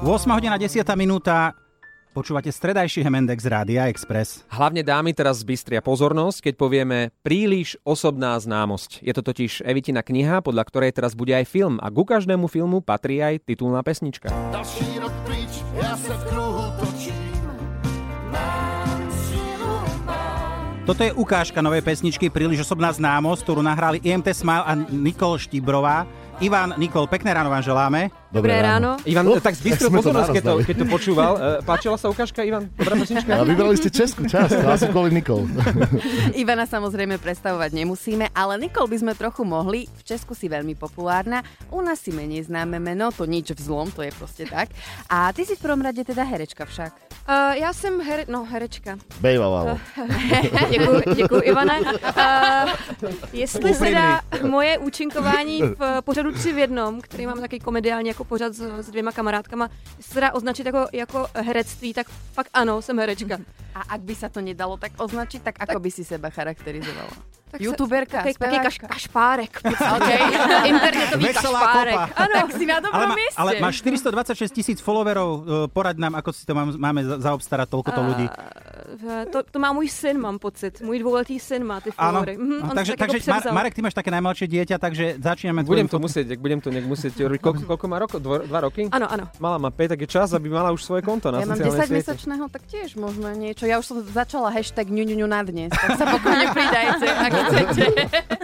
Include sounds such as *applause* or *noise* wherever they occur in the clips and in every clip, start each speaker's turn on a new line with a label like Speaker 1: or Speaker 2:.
Speaker 1: 8 hodina 10 minúta, počúvate stredajší Hemendex Rádia Express.
Speaker 2: Hlavne dámy teraz zbystria pozornosť, keď povieme príliš osobná známosť. Je to totiž Evitina kniha, podľa ktorej teraz bude aj film a ku každému filmu patrí aj titulná pesnička.
Speaker 3: Další rok pryč, ja se v kruhu točím. Mám sílu, mám.
Speaker 1: Toto je ukážka novej pesničky Príliš osobná známosť, ktorú nahrali IMT Smile a Nikol Štibrová. Ivan, Nikol, pekné ráno vám želáme.
Speaker 4: No,
Speaker 5: Dobré ráno.
Speaker 2: Ivan,
Speaker 5: Uf,
Speaker 2: tak zbystril
Speaker 5: tak sme to
Speaker 2: pozornosť,
Speaker 5: naraz
Speaker 2: keď to,
Speaker 5: dali.
Speaker 2: keď to
Speaker 5: *laughs*
Speaker 2: počúval. E, Páčila sa ukážka, Ivan? Dobrá pesnička?
Speaker 5: A
Speaker 6: Vybrali ste českú časť, asi kvôli Nikol.
Speaker 5: *laughs* Ivana samozrejme predstavovať nemusíme, ale Nikol by sme trochu mohli. V Česku si veľmi populárna, u nás si menej známe meno, to nič v zlom, to je proste tak. A ty si v prvom rade teda herečka však.
Speaker 4: Uh, já jsem here, no, herečka. *laughs*
Speaker 6: Bejvavalo.
Speaker 4: děkuji, děkuji, Ivane. Uh, jestli se dá moje účinkování v pořadu 3 v jednom, který mám taky komediální jako pořad s, s dvěma kamarádkama, jestli se dá označit jako, jako herectví, tak pak ano, jsem herečka.
Speaker 5: A ak by sa to nedalo tak označiť, tak ako by si seba charakterizovala?
Speaker 4: Tak
Speaker 5: Youtuberka,
Speaker 4: se, taky kaš,
Speaker 5: speváčka.
Speaker 4: kašpárek.
Speaker 5: *laughs* OK, *laughs* internetový
Speaker 1: Veselá
Speaker 5: kašpárek.
Speaker 1: kopa.
Speaker 5: Áno, tak si na
Speaker 1: ale,
Speaker 5: dobrom mieste.
Speaker 1: ale máš 426 tisíc followerov, e, poraď nám, ako si to mám, máme za- zaobstarať toľko to ľudí.
Speaker 4: Eh, to, to, má můj syn, mám pocit. Můj dvouletý syn má ty
Speaker 1: Áno,
Speaker 4: followery. Mhm, on
Speaker 1: takže,
Speaker 4: se tak
Speaker 1: takže
Speaker 4: jako převzal.
Speaker 1: Mar- Marek, ty máš také najmladšie dieťa, takže začíname
Speaker 2: Budem to
Speaker 1: tvojim fotkom.
Speaker 2: musieť, ak budem to nejak musieť robiť. Koľko, koľko má rokov? Dvo, dva roky?
Speaker 4: Ano, ano.
Speaker 2: Mala má 5, tak je čas, aby mala už svoje konto na
Speaker 5: Ja mám
Speaker 2: sociálnej
Speaker 5: 10
Speaker 2: siete.
Speaker 5: mesačného, tak tiež možno niečo. Ja už som začala hashtag ňuňuňu na dnes, tak sa pokojne pridajte, ak
Speaker 1: No.
Speaker 5: chcete.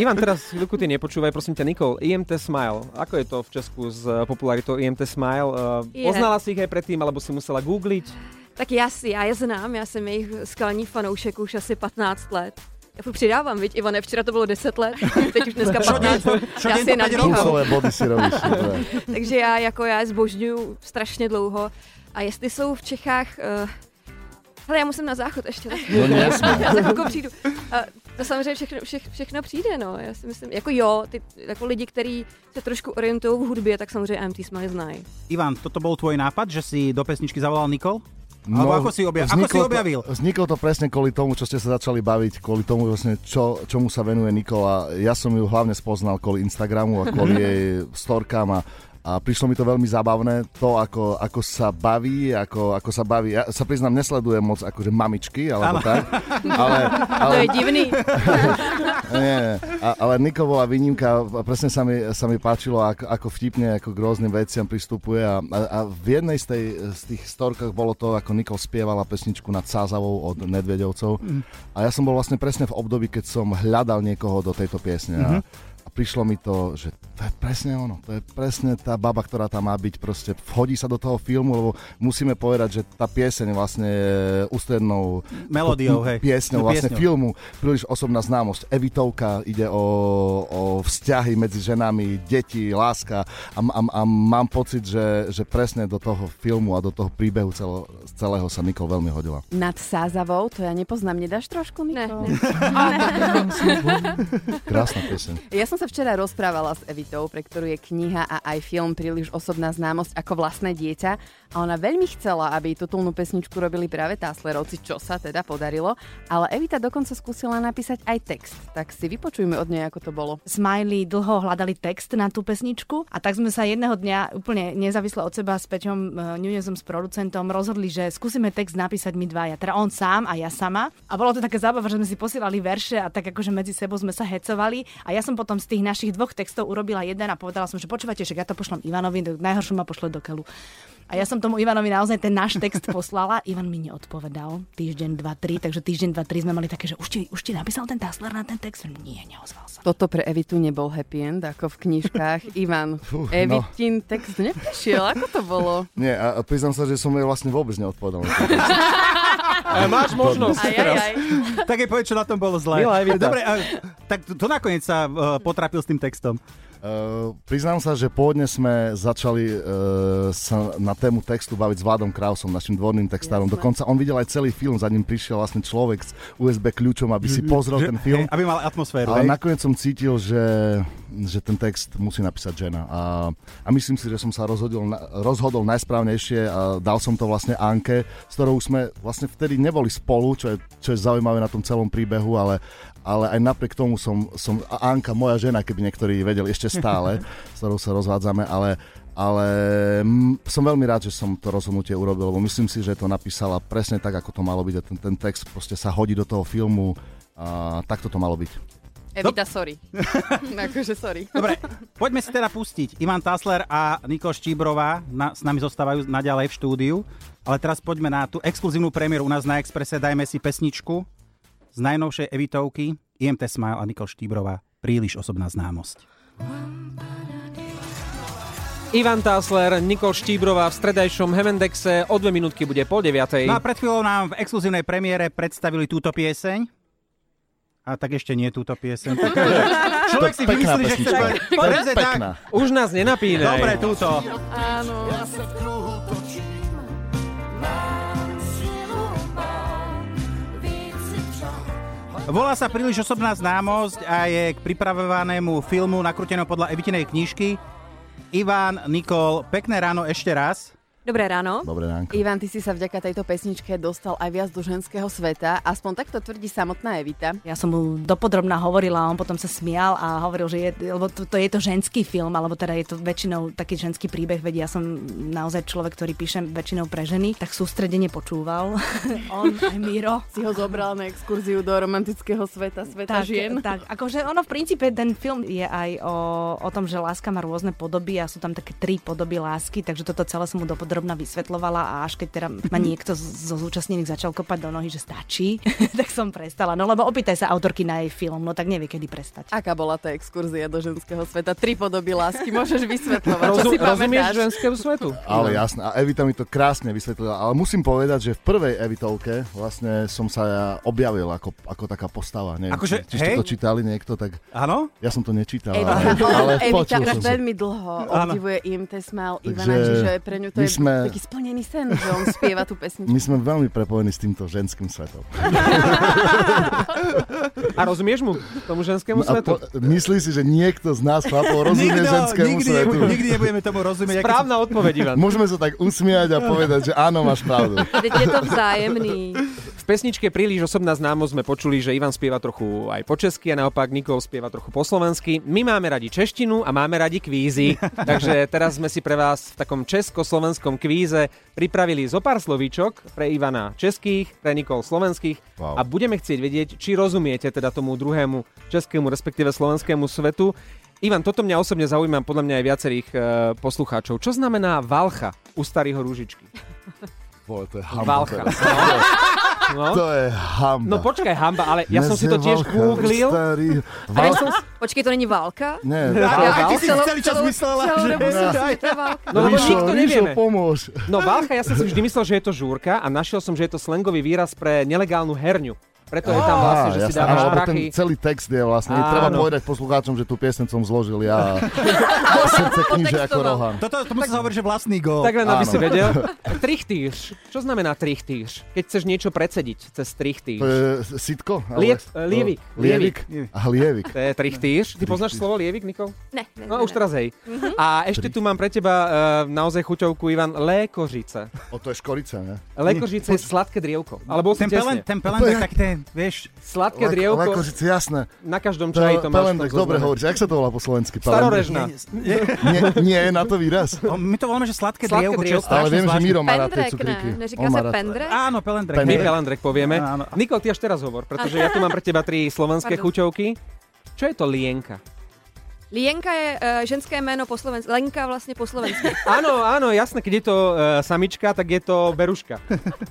Speaker 2: Ivan, teraz chvíľku ty nepočúvaj, prosím ťa, Nikol, IMT Smile. Ako je to v Česku s eh, popularitou IMT Smile? Eh,
Speaker 4: Je.
Speaker 2: Poznala si ich aj predtým, alebo si musela googliť?
Speaker 4: Tak já, si, já je znám, já jsem jejich skalní fanoušek už asi 15 let. Já furt přidávám, viď, Ivane, včera to bylo 10 let, *laughs* teď už dneska 15 let.
Speaker 1: Čo
Speaker 4: Já
Speaker 1: deň
Speaker 4: si je
Speaker 1: to päť
Speaker 4: nadýchám.
Speaker 1: rokov?
Speaker 6: Pulsové body si robíš. dobre.
Speaker 4: Takže já jako já je zbožňuju strašně dlouho. A jestli jsou v Čechách... Uh, hele, já musím na záchod ještě. Tak.
Speaker 6: *laughs* No nie sme.
Speaker 4: Já za chvilku přijdu. A to samozřejmě všechno, všech, všechno přijde, no. Já si myslím, jako jo, ty, jako lidi, kteří se trošku orientují v hudbě, tak samozřejmě MT Smile znají.
Speaker 1: Ivan, toto bol tvoj nápad, že si do pesničky zavolal Nikol?
Speaker 6: No,
Speaker 1: Alebo ako si, obja- ako si
Speaker 6: vzniklo to-
Speaker 1: objavil?
Speaker 6: Vzniklo to presne kvôli tomu, čo ste sa začali baviť, kvôli tomu, vlastne, čo, čomu sa venuje Nikola. Ja som ju hlavne spoznal kvôli Instagramu a
Speaker 1: *laughs*
Speaker 6: kvôli jej storkám a a prišlo mi to veľmi zábavné, to ako, ako sa baví, ako, ako sa baví. Ja sa priznám, nesledujem moc akože mamičky, alebo tak. Ale,
Speaker 1: *laughs*
Speaker 6: ale,
Speaker 4: To je divný.
Speaker 6: nie, nie. A, ale Niko bola výnimka, a presne sa mi, sa mi páčilo, ako, ako vtipne, ako k rôznym veciam pristupuje a, a, a v jednej z, tej, z tých storkách bolo to, ako Niko spievala pesničku nad Sázavou od Nedvedovcov a ja som bol vlastne presne v období, keď som hľadal niekoho do tejto piesne a, a prišlo mi to, že to je presne ono, to je presne tá baba, ktorá tam má byť, proste vhodí sa do toho filmu, lebo musíme povedať, že tá pieseň vlastne je ústrednou
Speaker 1: Melódiou,
Speaker 6: pi-
Speaker 1: hej.
Speaker 6: Piesňou,
Speaker 1: No,
Speaker 6: vlastne
Speaker 1: piesňou.
Speaker 6: filmu, príliš osobná známosť. Evitovka ide o, o vzťahy medzi ženami, deti, láska a, m- a, m- a mám pocit, že, že presne do toho filmu a do toho príbehu celo, celého sa Nikol veľmi hodila.
Speaker 5: Nad Sázavou, to ja nepoznám, nedáš trošku,
Speaker 4: Ne,
Speaker 6: No.
Speaker 5: Niko?
Speaker 4: ne.
Speaker 6: Krásna pieseň.
Speaker 5: Ja som sa včera rozprávala s Evitou, pre ktorú je kniha a aj film príliš osobná známosť ako vlastné dieťa a ona veľmi chcela, aby totálnu pesničku robili práve Táslerovci, čo sa teda podarilo, ale Evita dokonca skúsila napísať aj text, tak si vypočujme od nej, ako to bolo.
Speaker 7: Smiley dlho hľadali text na tú pesničku a tak sme sa jedného dňa úplne nezávisle od seba s Peťom e, Nunezom, s producentom rozhodli, že skúsime text napísať my dvaja, teda on sám a ja sama. A bolo to také zábava, že sme si posielali verše a tak akože medzi sebou sme sa hecovali a ja som potom z tých našich dvoch textov urobila jeden a povedala som, že počúvate, že ja to pošlem Ivanovi, tak najhoršiu ma pošle do keľu. A ja som tomu Ivanovi naozaj ten náš text poslala. *laughs* Ivan mi neodpovedal. Týždeň, dva, tri. Takže týždeň, dva, tri sme mali také, že už ti, už ti napísal ten Tasler na ten text? Nie, neozval sa.
Speaker 5: Toto pre Evitu nebol happy end, ako v *laughs* knižkách. Ivan,
Speaker 6: Fú,
Speaker 5: Evitin text neprišiel, ako to bolo?
Speaker 6: Nie, a a priznám sa, že som jej vlastne vôbec neodpovedal.
Speaker 1: *laughs*
Speaker 6: na to.
Speaker 2: E, máš možnosť
Speaker 5: Aj, aj,
Speaker 2: teraz.
Speaker 5: aj.
Speaker 1: Tak jej povedz, čo na tom bolo zlé.
Speaker 2: Milá Evita.
Speaker 1: Dobre, a, tak to, to nakoniec sa uh, potrapil s tým textom.
Speaker 6: Uh, priznám sa, že pôvodne sme začali uh, sa na tému textu baviť s Vladom Krausom, našim dvorným textárom. Dokonca on videl aj celý film, za ním prišiel vlastne človek s USB kľúčom, aby si pozrel ten film.
Speaker 1: Aby mal atmosféru. hej?
Speaker 6: Ale nakoniec som cítil, že, že ten text musí napísať žena. A, a myslím si, že som sa rozhodil, na- rozhodol najsprávnejšie a dal som to vlastne Anke, s ktorou sme vlastne vtedy neboli spolu, čo je, čo je zaujímavé na tom celom príbehu, ale, ale aj napriek tomu som, som a Anka, moja žena, keby niektorí vedeli ešte stále, s ktorou sa rozvádzame, ale, ale mm, som veľmi rád, že som to rozhodnutie urobil, lebo myslím si, že to napísala presne tak, ako to malo byť a ten, ten text proste sa hodí do toho filmu a takto to malo byť.
Speaker 5: Evita, sorry. *laughs* akože sorry.
Speaker 1: Dobre, poďme si teda pustiť. Ivan Tasler a Nikol Štíbrová na, s nami zostávajú naďalej v štúdiu, ale teraz poďme na tú exkluzívnu premiéru u nás na Expresse. Dajme si pesničku z najnovšej Evitovky. IMT Smile a Nikol Štíbrová. Príliš osobná známosť.
Speaker 2: Ivan Tásler, Nikol Štíbrová v stredajšom Hemendexe o dve minútky bude po 9.
Speaker 1: No a pred chvíľou nám v exkluzívnej premiére predstavili túto pieseň. A tak ešte nie túto pieseň. Tak, človek si
Speaker 6: pekná
Speaker 1: vymyslí, že chce...
Speaker 6: pesnička.
Speaker 1: Poďme sa tak.
Speaker 6: Pekná.
Speaker 2: Už nás nenapínaj.
Speaker 1: Dobre, túto.
Speaker 3: Ja sa v kruhu točím, mám silu mám, víc si však
Speaker 1: Volá sa príliš osobná známosť a je k pripravovanému filmu nakrútenom podľa Evitinej knižky. Ivan, Nikol, pekné ráno ešte raz.
Speaker 4: Dobré ráno.
Speaker 6: Dobre, Ránko.
Speaker 5: Ivan, ty si sa vďaka tejto pesničke dostal aj viac do ženského sveta, aspoň takto tvrdí samotná Evita.
Speaker 7: Ja som mu dopodrobná hovorila a on potom sa smial a hovoril, že je, lebo to, to je to ženský film, alebo teda je to väčšinou taký ženský príbeh, veď ja som naozaj človek, ktorý píšem väčšinou pre ženy, tak sústredene počúval. *laughs* on aj Miro.
Speaker 5: Si ho zobral na exkurziu do romantického sveta, sveta žien.
Speaker 7: tak, akože ono v princípe ten film je aj o, o tom, že láska má rôzne podoby a sú tam také tri podoby lásky, takže toto celé som mu dopodrobná vysvetlovala a až keď teda ma niekto z- zo zúčastnených začal kopať do nohy, že stačí, *laughs* tak som prestala. No lebo opýtaj sa autorky na jej film, no tak nevie, kedy prestať.
Speaker 5: Aká bola tá exkurzia do ženského sveta? Tri podoby lásky, môžeš vysvetľovať, čo
Speaker 2: Rozu-
Speaker 5: si
Speaker 2: rozumieš
Speaker 5: pamätáš.
Speaker 2: ženskému svetu?
Speaker 6: Ale jasné, a Evita mi to krásne vysvetlila, ale musím povedať, že v prvej Evitovke vlastne som sa ja objavil ako, ako taká postava. Neviem,
Speaker 1: Akože,
Speaker 6: či, či ste
Speaker 1: hej?
Speaker 6: to čítali niekto, tak
Speaker 1: Áno?
Speaker 6: ja som to nečítal.
Speaker 5: Evita,
Speaker 6: ale, ale
Speaker 5: Evita
Speaker 6: počul
Speaker 5: už
Speaker 6: som sa.
Speaker 5: veľmi dlho obdivuje IMT Smile Ivana,
Speaker 6: Takže
Speaker 5: čiže pre ňu to
Speaker 6: my
Speaker 5: je
Speaker 6: sme-
Speaker 5: taký splnený sen, že on spieva tú pesničku.
Speaker 6: My sme veľmi prepojení s týmto ženským svetom.
Speaker 2: A rozumieš mu? Tomu ženskému
Speaker 6: No A
Speaker 2: svetu?
Speaker 6: po, myslí si, že niekto z nás chlapov
Speaker 2: *laughs*
Speaker 6: rozumie ženskému
Speaker 1: nikdy,
Speaker 6: svetu?
Speaker 1: nikdy nebudeme tomu rozumieť. aké
Speaker 2: Správna odpoveď, Ivan.
Speaker 6: Môžeme sa tak usmiať a povedať, že áno, máš pravdu.
Speaker 4: Veď je to vzájemný.
Speaker 2: V pesničke Príliš osobná známosť sme počuli, že Ivan spieva trochu aj po česky a naopak Nikol spieva trochu po slovensky. My máme radi češtinu a máme radi
Speaker 6: *laughs*
Speaker 2: kvízy, takže teraz sme si pre vás v takom česko-slovenskom kvíze pripravili zo pár slovíčok pre Ivana českých, pre Nikol slovenských
Speaker 6: Wow.
Speaker 2: a budeme chcieť vedieť, či rozumiete teda tomu druhému českému, respektíve slovenskému svetu. Ivan, toto mňa osobne zaujíma, podľa mňa aj viacerých e, poslucháčov. Čo znamená valcha u starého rúžičky?
Speaker 6: Vole, to je hamba.
Speaker 2: Valcha.
Speaker 6: teraz.
Speaker 2: No,
Speaker 6: teda. To je hamba.
Speaker 2: no počkaj, hamba, ale ja som si to tiež
Speaker 6: Nezevalcha,
Speaker 2: googlil.
Speaker 6: Starý...
Speaker 4: Ale
Speaker 6: Val...
Speaker 4: som... Počkej, to není válka?
Speaker 2: *laughs*
Speaker 6: Nie,
Speaker 1: A- a- a ty si
Speaker 4: Celou-
Speaker 1: celý čas
Speaker 4: celou-
Speaker 1: myslela,
Speaker 4: celou
Speaker 1: že...
Speaker 4: dobu som si myslela válka.
Speaker 2: No lebo
Speaker 6: Ríšo,
Speaker 2: nikto
Speaker 6: Ríšo,
Speaker 2: nevieme.
Speaker 6: pomôž.
Speaker 2: No válka, ja som si vždy myslel, že je to žúrka a našiel som, že je to slangový výraz pre nelegálnu herňu. Preto je tam vlastne, že si
Speaker 6: jasné,
Speaker 2: dávaš
Speaker 6: áno, lebo ten
Speaker 2: prachy.
Speaker 6: celý text je vlastne,
Speaker 2: Áno.
Speaker 6: treba povedať poslucháčom, že tú piesen som zložil
Speaker 2: *laughs*
Speaker 6: ja. Do srdce kníže ako Rohan.
Speaker 1: Toto, tomu sa hovorí, že vlastný gól.
Speaker 2: Tak len, aby
Speaker 6: Áno.
Speaker 2: si vedel. Trichtýř. Čo znamená trichtýř? Keď chceš niečo predsediť cez
Speaker 6: To
Speaker 2: trichtýř.
Speaker 6: je sitko?
Speaker 2: Lie-
Speaker 6: Ale- to-
Speaker 2: lievik,
Speaker 6: Lievik.
Speaker 1: lievik.
Speaker 6: A lievik.
Speaker 2: To je trichtýř. Ty poznáš slovo lievik, Nikol?
Speaker 4: Ne, ne,
Speaker 2: No už teraz hej. A ešte tu mám pre teba uh, naozaj chuťovku, Ivan, lékořice.
Speaker 6: O, to je škorica, ne?
Speaker 2: Lékořice je sladké drievko. Ale bol
Speaker 1: Ten
Speaker 2: som
Speaker 1: pelen,
Speaker 2: tesne.
Speaker 1: ten pelen,
Speaker 6: To je-
Speaker 1: tak ten, vieš,
Speaker 2: Sladké
Speaker 6: Lako-
Speaker 2: drievko,
Speaker 6: Lakožice, jasné.
Speaker 2: na každom
Speaker 6: To je
Speaker 2: čaji to máš. v tom
Speaker 6: Pelendek, dobre
Speaker 2: zozname.
Speaker 6: hovoríš. Jak sa to volá po slovensky? Pelendek?
Speaker 1: No.
Speaker 2: Starorežná.
Speaker 6: Nie, nie je na to výraz.
Speaker 1: o, No, my to voláme, že sladké,
Speaker 2: Sladké
Speaker 1: drievko, čo je
Speaker 2: drievko.
Speaker 1: strašne
Speaker 6: Ale viem, že
Speaker 1: zvláštne.
Speaker 6: Miro má rád tie
Speaker 4: Pendrek, ne,
Speaker 6: cukríky.
Speaker 4: neříká
Speaker 6: On
Speaker 4: se
Speaker 6: má rád-
Speaker 4: pendrek.
Speaker 1: Áno, pelendrek.
Speaker 2: My
Speaker 6: Pendrek.
Speaker 2: Pelandrek povieme.
Speaker 1: Áno.
Speaker 2: Nikol, ty až teraz hovor, pretože ja tu mám pre teba tri slovenské
Speaker 4: Pardon.
Speaker 2: chuťovky. Čo je to lienka?
Speaker 4: Lienka je uh, ženské jméno po slovensku. Lenka vlastně po slovensku.
Speaker 2: Áno, áno, jasné, keď je to uh, samička, tak je to beruška.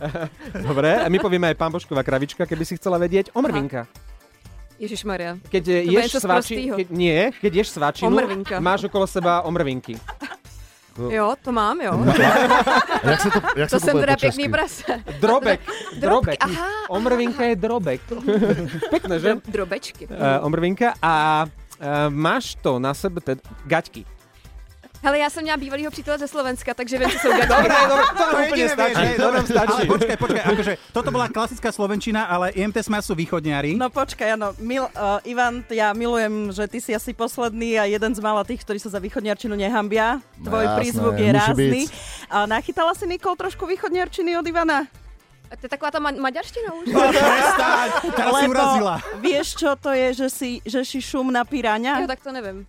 Speaker 2: *laughs* Dobre, a my povieme aj pambošková kravička, keby si chcela vedieť. Omrvinka.
Speaker 4: Ježíš Maria.
Speaker 2: Keď eh,
Speaker 4: To bude
Speaker 2: ješ
Speaker 4: niečo z
Speaker 2: svači,
Speaker 4: prostýho.
Speaker 2: keď, nie, keď ješ svačinu,
Speaker 4: Omrvinka.
Speaker 2: máš okolo seba omrvinky.
Speaker 4: Jo, to mám, jo.
Speaker 6: Jak sa to, jak
Speaker 4: To
Speaker 6: sa to
Speaker 4: jsem
Speaker 6: povie
Speaker 4: teda
Speaker 6: po česky?
Speaker 4: pěkný prase. *laughs*
Speaker 2: Drobek. Drobek.
Speaker 4: aha,
Speaker 2: Omrvinka je
Speaker 4: *laughs*
Speaker 2: drobek. Pekné, že?
Speaker 4: Dro- Drobečky.
Speaker 1: Eh.
Speaker 2: Uh, omrvinka a uh, máš to na sebe, teda gaťky.
Speaker 4: Hele, já jsem měla bývalýho přítele ze Slovenska, takže vím, co
Speaker 2: *laughs*
Speaker 4: jsou
Speaker 2: Dobre,
Speaker 4: gačky.
Speaker 2: dobre, to
Speaker 1: To
Speaker 2: nám
Speaker 1: je
Speaker 2: úplne
Speaker 1: jediné,
Speaker 2: stačí.
Speaker 1: vieš, hej,
Speaker 2: To
Speaker 1: dobre.
Speaker 2: nám stačí.
Speaker 1: Ale počkaj, počkaj, akože, toto bola klasická Slovenčina, ale IMT sme sú východňari.
Speaker 8: No počkaj, áno. Mil, uh, Ivan, t- ja milujem, že ty si asi posledný a jeden z mála tých, ktorí sa za východňarčinu nehambia.
Speaker 6: No
Speaker 8: Tvoj
Speaker 6: jasné,
Speaker 8: prízvuk je
Speaker 6: musí
Speaker 8: rázny.
Speaker 6: byť.
Speaker 8: A nachytala si Nikol trošku východňarčiny od Ivana?
Speaker 4: A To je taková ta ma- maďarština už.
Speaker 1: Prestaň, teraz si urazila.
Speaker 8: vieš, čo to je, že si, že si šum na piráňa?
Speaker 4: Jo, tak to nevím.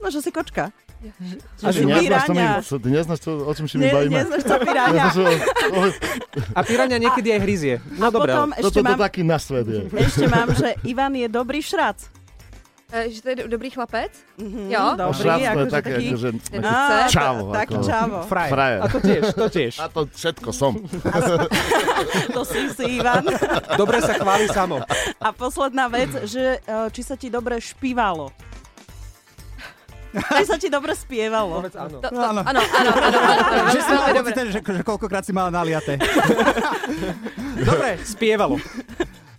Speaker 8: No, že si kočka. Že
Speaker 6: Že neznáš, čo my,
Speaker 8: piráňa.
Speaker 6: čo, ty neznáš, čo, o čom si my
Speaker 8: Ne,
Speaker 6: bavíme?
Speaker 8: neznáš, čo piráňa.
Speaker 6: Neznáš, o- o-
Speaker 2: A piranha niekedy aj hryzie. No
Speaker 8: A
Speaker 2: dobré,
Speaker 8: potom
Speaker 2: ale-
Speaker 8: ešte
Speaker 6: Toto to
Speaker 8: mám,
Speaker 6: taký na svet je.
Speaker 8: ešte mám, že Ivan je dobrý šrac.
Speaker 4: Eh, Že to je do- dobrý chlapec?
Speaker 8: Mhm,
Speaker 4: Jo.
Speaker 6: A
Speaker 8: Dobrý,
Speaker 6: šrác to je
Speaker 8: akože
Speaker 6: také,
Speaker 8: taký...
Speaker 6: akože...
Speaker 8: Á,
Speaker 4: Chce.
Speaker 6: Čavo,
Speaker 8: tak
Speaker 6: ako-
Speaker 8: čavo.
Speaker 1: Frajer.
Speaker 6: Frajer.
Speaker 2: A to tiež, to tiež.
Speaker 6: A to všetko som.
Speaker 8: To si si, Ivan.
Speaker 2: Dobre sa chváli samo.
Speaker 8: A posledná vec, že eh, či sa ti dobre špívalo. Či sa ti dobre spievalo.
Speaker 2: Povedz áno.
Speaker 4: To, to,
Speaker 1: Áno.
Speaker 4: áno, áno, áno, áno, áno,
Speaker 1: Že, si
Speaker 4: veľmi
Speaker 1: mala
Speaker 4: dobre.
Speaker 1: pocit, že, že koľkokrát si mala naliate. Dobre,
Speaker 2: Spievalo.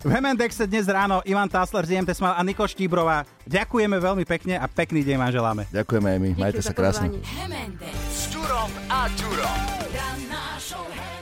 Speaker 1: v Hemendexe dnes ráno Ivan Tásler z IMT Smal a Niko Štíbrová. Ďakujeme veľmi pekne a pekný deň vám želáme.
Speaker 6: Ďakujeme aj my, majte
Speaker 4: Díky
Speaker 6: sa
Speaker 4: za
Speaker 6: krásne.
Speaker 4: pozvání.
Speaker 9: Hemendex s Turom a Turom. Hra nášho Hemendex.